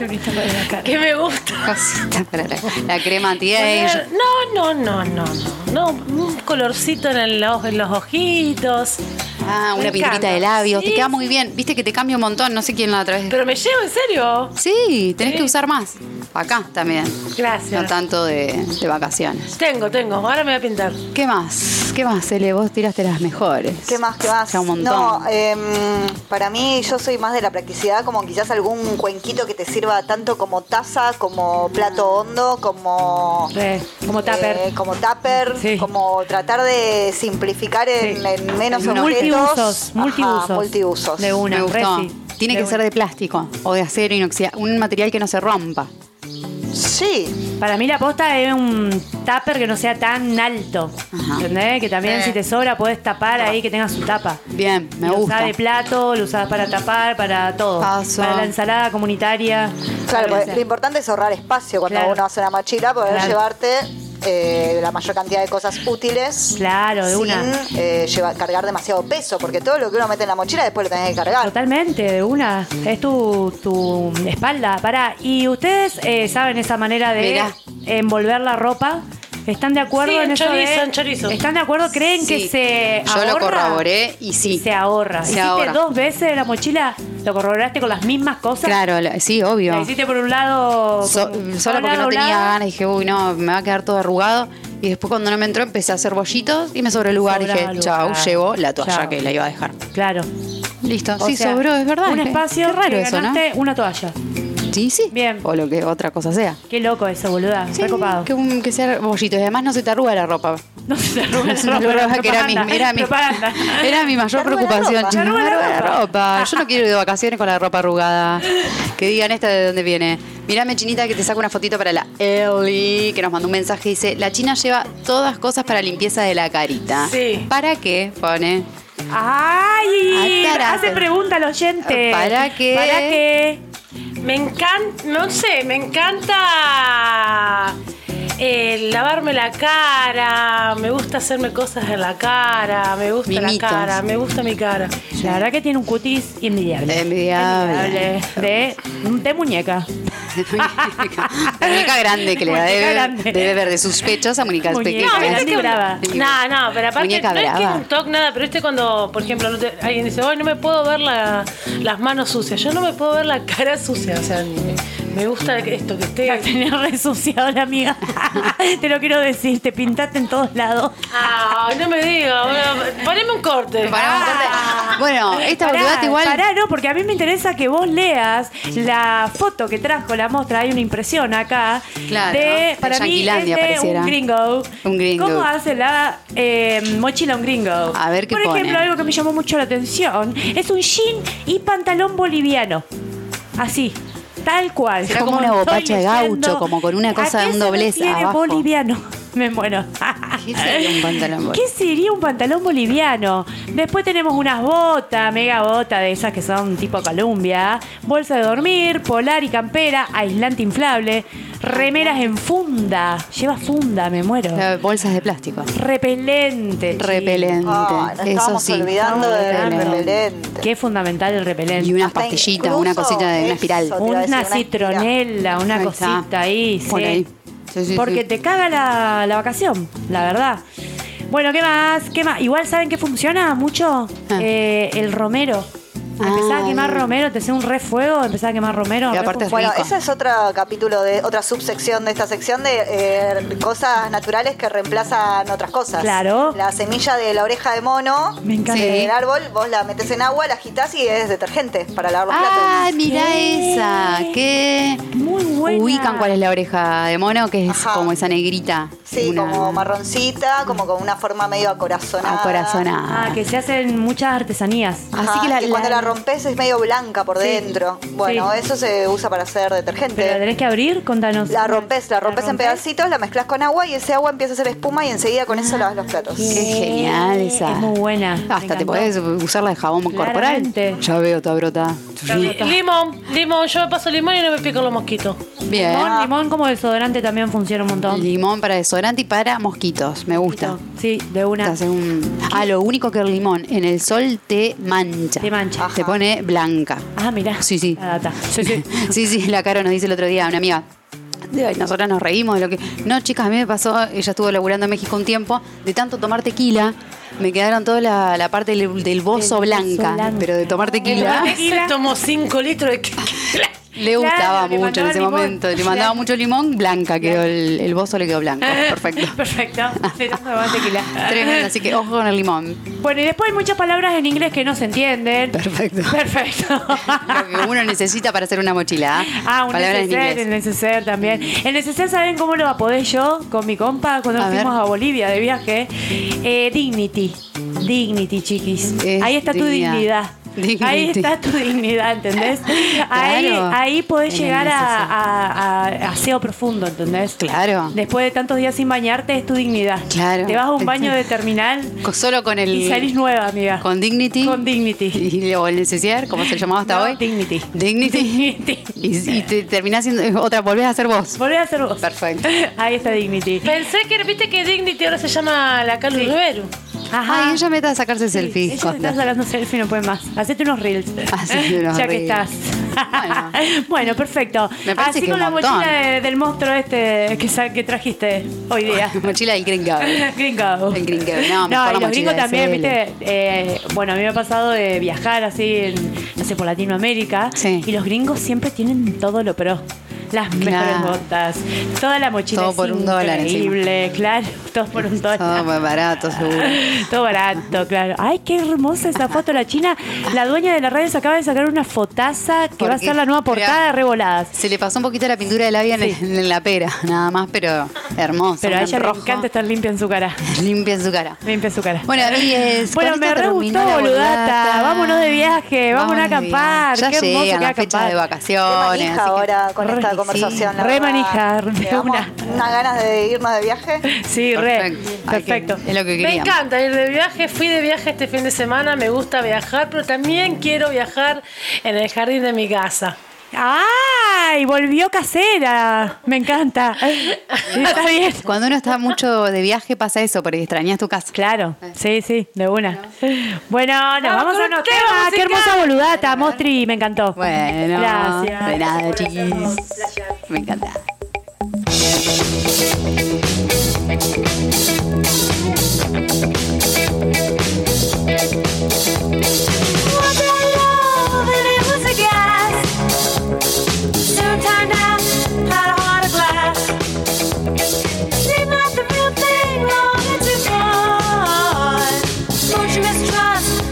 que me gusta.
Cosita para la, la crema anti-age.
No, no, no, no, no. No, un colorcito en, el ojo- en los ojitos.
Ah, una
Me encanta.
pinturita de labios.
Sí,
Te queda muy bien. Viste que te cambia un montón. No sé quién la otra vez.
Pero me llevo, en serio.
Sí, tenés que usar más. acá también.
Gracias.
No tanto de, de vacaciones.
Tengo, tengo. Ahora me voy a pintar.
¿Qué más? ¿Qué más, Ele? Vos tiraste las mejores.
¿Qué más? ¿Qué más?
Ya un montón.
No, em, para mí yo soy más de la practicidad, como quizás algún cuenquito que te sirva tanto como taza, como plato hondo, como...
Re, como tupper.
eh, como tupper,
Sí.
como tratar de simplificar en,
Sí.
en menos
En
objetos.
multiusos,
Ajá,
multiusos.
multiusos.
De una,
Me gustó.
Resi.
Tiene
De
que
una.
ser de plástico o de acero inoxidable, un material que no se rompa.
Sí,
Para mí la posta es un tupper que no sea tan alto.
Ajá.
¿Entendés? Que también
Sí.
si te sobra podés tapar ahí que tenga su tapa.
Bien, me
lo
gusta.
usás ah, de plato, lo usás para tapar, para todo.
Paso.
Para la ensalada comunitaria.
claro,
Para lo que
porque
sea.
lo importante es ahorrar espacio cuando
Claro.
uno hace una mochila, poder
Claro.
llevarte eh, la mayor cantidad de cosas útiles.
Claro, de
sin,
una.
eh, llevar- cargar demasiado peso, porque todo lo que uno mete en la mochila después lo tenés que
Ah.
cargar.
Totalmente, de una. Es tu, tu espalda. Pará, ¿y ustedes eh, saben esa manera de
Mirá.
envolver la ropa? ¿Están de acuerdo
Sí, en
en eso
chorizo,
de-
en chorizo.
¿Están de acuerdo? ¿Creen que
Sí.
se
Yo lo
ahorra?
corroboré y sí.
Se ahorra.
Se
¿Hiciste
ahorra.
dos veces la mochila? ¿Lo corroboraste con las mismas cosas?
Claro, la- sí, obvio.
La hiciste por un lado...
So-
con-
solo porque
doblada,
no tenía
doblada.
ganas, dije, uy, no, me va a quedar todo arrugado. Y después cuando no me entró empecé a hacer bollitos y me sobró el lugar.
Sobraba
dije, chau,
lugar.
llevo la toalla
Chau.
que la iba a dejar.
Claro.
Listo,
O
sí,
sea,
sobró, es verdad.
Un
dije,
espacio
qué raro
que
eso, ¿no?
ganaste una toalla.
Sí, sí.
Bien.
O lo que otra cosa sea.
Qué loco eso, boluda.
Sí,
Recopado.
que, un- que sea bollitos. Y además no se te arruga la ropa.
No se te arruga
No
la
se me
ropa,
olvidaba que era mi,
propaganda,
era mi,
propaganda.
era mi mayor
Me arruga la
preocupación.
ropa.
chicos,
Me
me
arruga la
arruga la ropa. Yo no quiero ir de vacaciones con la ropa arrugada. Que digan esta de dónde viene. Mirame, Chinita, que te saco una fotito para la Eli, que nos mandó un mensaje. Dice, la China lleva todas cosas para limpieza de la carita.
Sí.
¿Para qué? Pone.
¡Ay!
Atarazo.
Hace pregunta al oyente.
¿Para qué?
¿Para qué?
Me encanta, no sé, me encanta eh, lavarme la cara, me gusta hacerme cosas en la cara, me gusta la
Mimitos.
cara, me gusta mi cara.
La verdad que tiene un cutis envidiable.
Envidiable.
Envidiable. De, de muñeca.
La muñeca grande que le da
Muñeca
debe,
grande.
debe ver de sospechosa muñeca
Muñeca
pequeña.
No, viste
grande
que
y brava.
No, no, pero aparte
Muñeca
no es que es
brava.
un toque nada, pero este cuando, por ejemplo, no te- alguien dice, hoy no me puedo ver la- las manos sucias, yo no me puedo ver la cara sucia, o sea, me, me gusta esto que
La
esté.
tenés resuciado la amiga. te lo quiero decir, te pintaste en todos lados.
Ah, no me digas, bueno, poneme un corte.
Pará, corte. Bueno, esta
Pará,
boludata igual.
Pará, no, porque a mí me interesa que vos leas la foto que trajo la mostra. Hay una impresión acá.
Claro,
De,
de
para mí es
Yanquilandia
de
pareciera.
un gringo.
Un gringo.
¿Cómo hace la eh, mochila un gringo?
A ver qué
Por ejemplo,
pone.
algo que me llamó mucho la atención es un jean y pantalón boliviano. Así. Tal cual.
Será como una
estoy
bopacha de
leyendo.
gaucho, como con una
¿A
cosa de
qué
un
se
doblez
refiere
abajo?
boliviano? Me muero.
¿Qué sería un pantalón bol-
¿Qué sería un pantalón boliviano? Después tenemos unas botas, mega botas de esas que son tipo Columbia, bolsa de dormir, polar y campera, aislante inflable, remeras en funda, lleva funda, me muero.
Eh, Bolsas de plástico.
Repelente. chico.
Repelente.
Ah, nos
Eso
estábamos
sí.
olvidando del
Repelente.
repelente.
Qué fundamental el repelente.
Y unas
Hasta
pastillitas,
incluso
una cosita de una
eso.
espiral.
te iba a decir,
una
una estira.
citronela, una
Ahí está.
cosita ahí, sí.
Por ahí. Sí, sí,
Porque
sí.
te caga la, la vacación, la verdad. Bueno, ¿qué más? ¿Qué más? Igual saben que funciona mucho
Ah.
Eh, el romero. Empezás a
Ah.
quemar romero, te hace un refuego, empezás a quemar romero.
Y
re
aparte es
funciona.
Bueno,
rico.
ese es otro capítulo de otra subsección de esta sección de eh, cosas naturales que reemplazan otras cosas.
Claro.
La semilla de la oreja de mono eh,
Me encanta.
Sí.
del árbol, vos la metes en agua, la agitás y es detergente para lavar los
Ah,
platos.
mira
¿Qué?
esa. Que
Muy buena.
ubican cuál es la oreja de mono, que es
Ajá.
como esa negrita.
Sí,
una-
como marroncita, como con una forma medio acorazonada.
acorazonada.
Ah, que se hacen muchas artesanías.
Ajá,
Así que la-
y Ah, cuando
la-
la rompes es medio blanca por
Sí.
dentro. Bueno,
Sí.
eso se usa para hacer
Pero la
detergente.
tenés que abrir, contanos.
La rompes, la rompes en
rompés?
pedacitos, la mezclas con agua y ese agua empieza a hacer espuma y enseguida con eso lavas los platos.
Qué genial esa.
Eh, Es muy buena. Me
Ah, Hasta te
encantó.
podés usar la de jabón
Claramente.
corporal. Ya veo, toda brota.
Li- Limón, limón, yo me paso limón y no me pican los mosquitos.
Bien.
Limón, limón como desodorante también funciona un montón.
Limón para desodorante y para mosquitos. Me gusta.
Sí, de
Te
una.
hace un- Ah, lo único que el limón en el sol te mancha.
Te mancha.
Te pone blanca.
Ah, mirá.
Sí, sí.
La data. Sí, sí.
Sí, sí, la Caro nos dice el otro día, una amiga. de- ay, Nosotras nos reímos de lo que. No, chicas, a mí me pasó, ella estuvo laburando en México un tiempo, de tanto tomar tequila, me quedaron toda la, la parte del, del bozo
bozo
blanca,
blanco.
pero de tomar tequila.
Tequila.
Se tomó 5 litros de tequila.
Le
Claro,
gustaba
le
mucho en
mandaba
ese
limón.
momento. Le mandaba
Claro.
mucho limón, blanca quedó el, el bozo, le quedó blanco. Perfecto.
Perfecto. De tanto más tequila.
Tremendo, así que ojo con el limón.
Bueno, y después hay muchas palabras en inglés que no se entienden.
Perfecto.
Perfecto.
Lo que uno necesita para hacer una mochila. ¿ah?
Ah, un
Palabras en
neceser, el
inglés.
neceser también. El neceser, ¿saben cómo lo apodé yo con mi compa cuando
A
nos
ver.
fuimos a Bolivia de viaje? Eh, dignity. Dignity, chiquis.
Es
ahí está tu
dignidad.
dignidad.
Dignity.
Ahí está tu dignidad, ¿entendés? Ahí,
Claro.
ahí podés
En el
llegar a,
neceser.
a, a- a aseo profundo, ¿entendés?
Claro.
Después de tantos días sin bañarte, es tu dignidad.
Claro.
Te vas a un baño de terminal
Co- Solo con el.
y salís nueva, amiga.
Con Dignity.
Con Dignity.
Y, o el neceser, como se llamaba hasta
No,
hoy.
Dignity.
Dignity.
Dignity.
Y, y te terminás siendo otra, volvés a ser vos.
Volvés a ser vos.
Perfecto.
Ahí está Dignity.
Pensé que, viste que Dignity ahora se llama la Carlos Rivero.
Ajá.
Ay, ella me da a sacarse selfie.
Ella
Costas.
estás hablando selfie, no puede más. Hacete unos reels.
Hacete unos
ya que
reels.
estás.
Bueno.
Bueno, perfecto.
Me parece
Así
que
con
un
la
montón.
mochila de- del monstruo este que, sa- que trajiste hoy día.
Mochila del Green Gobble.
Gringado.
El Green Gobble, no, mejor la
y los
mochila
gringos
de
también,
CL.
viste. Eh, bueno, a mí me ha pasado de viajar así, en, no sé, por Latinoamérica.
Sí.
Y los gringos siempre tienen todo lo pro. Las mejores
Claro.
botas, toda la mochila.
Todo
es
por un dólar encima.
Increíble, claro, todo por un dólar.
Todo muy barato, seguro.
Todo barato, claro. Ay, qué hermosa esa foto. La china, la dueña de la radio, se acaba de sacar una fotaza que
¿Por
va a
qué?
ser la nueva portada
Mirá.
de Revoladas.
Se le pasó un poquito la pintura de labia en, en la pera, nada más, pero hermosa.
Pero a
un
ella
rojo,
le encanta estar limpia en su cara.
Limpia en su cara.
Limpia en su cara.
Bueno, Aries,
Bueno,
con
me
esto
re
terminó
gustó,
la
boludata. Vámonos de viaje, vámonos a
de viaje.
acampar.
Ya
qué hermoso
llegan
que
las fechas
acampar.
de
Qué
vacaciones. así
manija
que-
ahora con
Re-
esta
sí,
conversación. la
re
verdad.
manija, de
Quedamos
una.
Unas ganas de irnos de viaje.
Sí, re.
Perfecto. Ay, que
Perfecto.
Es lo que
Me
queríamos.
encanta ir de viaje, fui de viaje este fin de semana, me gusta viajar, pero también quiero viajar en el jardín de mi casa.
¡Ay! Volvió casera. Me encanta. Está bien.
Cuando uno está mucho de viaje pasa eso, porque extrañas tu casa.
Claro, sí, sí, de una. Bueno, nos
Vamos
vamos,
con
a
un
unos
tema
temas. Qué
musical.
hermosa boludata, Mostri, me encantó.
Bueno,
gracias.
de nada, chiquis. Me encanta.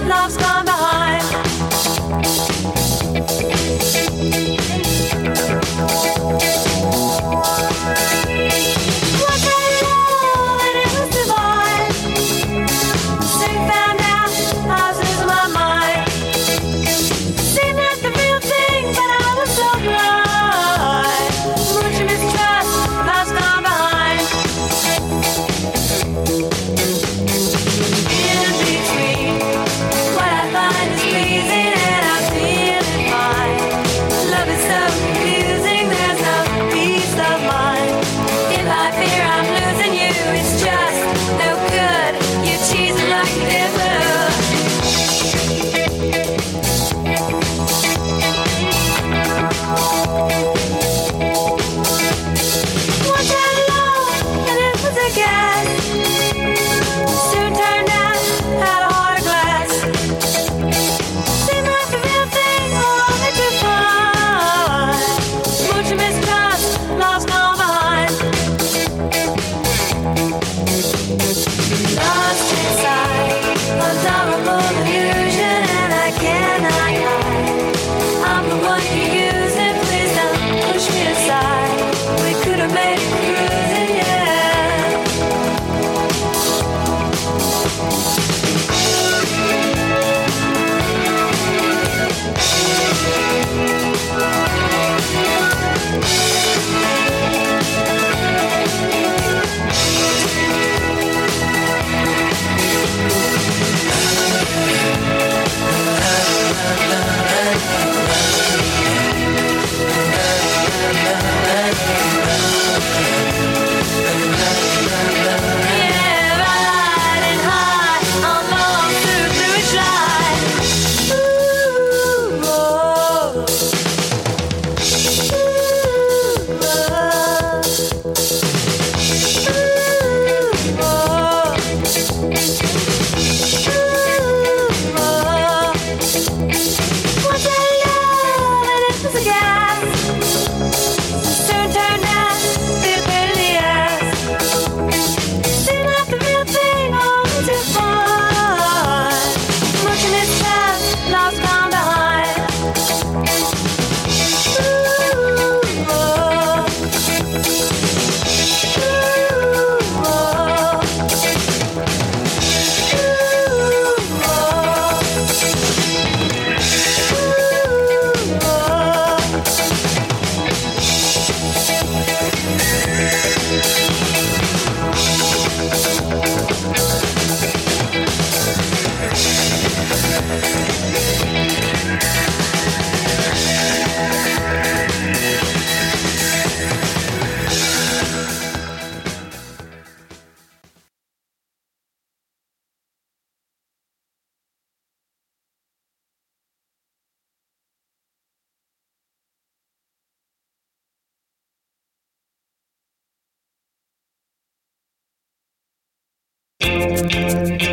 Love's gone behind. What I love and it was divine. Soon found out I was losing my mind. Seemed like the real thing, but I was so blind. Much mistrust, love's gone behind. In between, what I thought.
perfectionist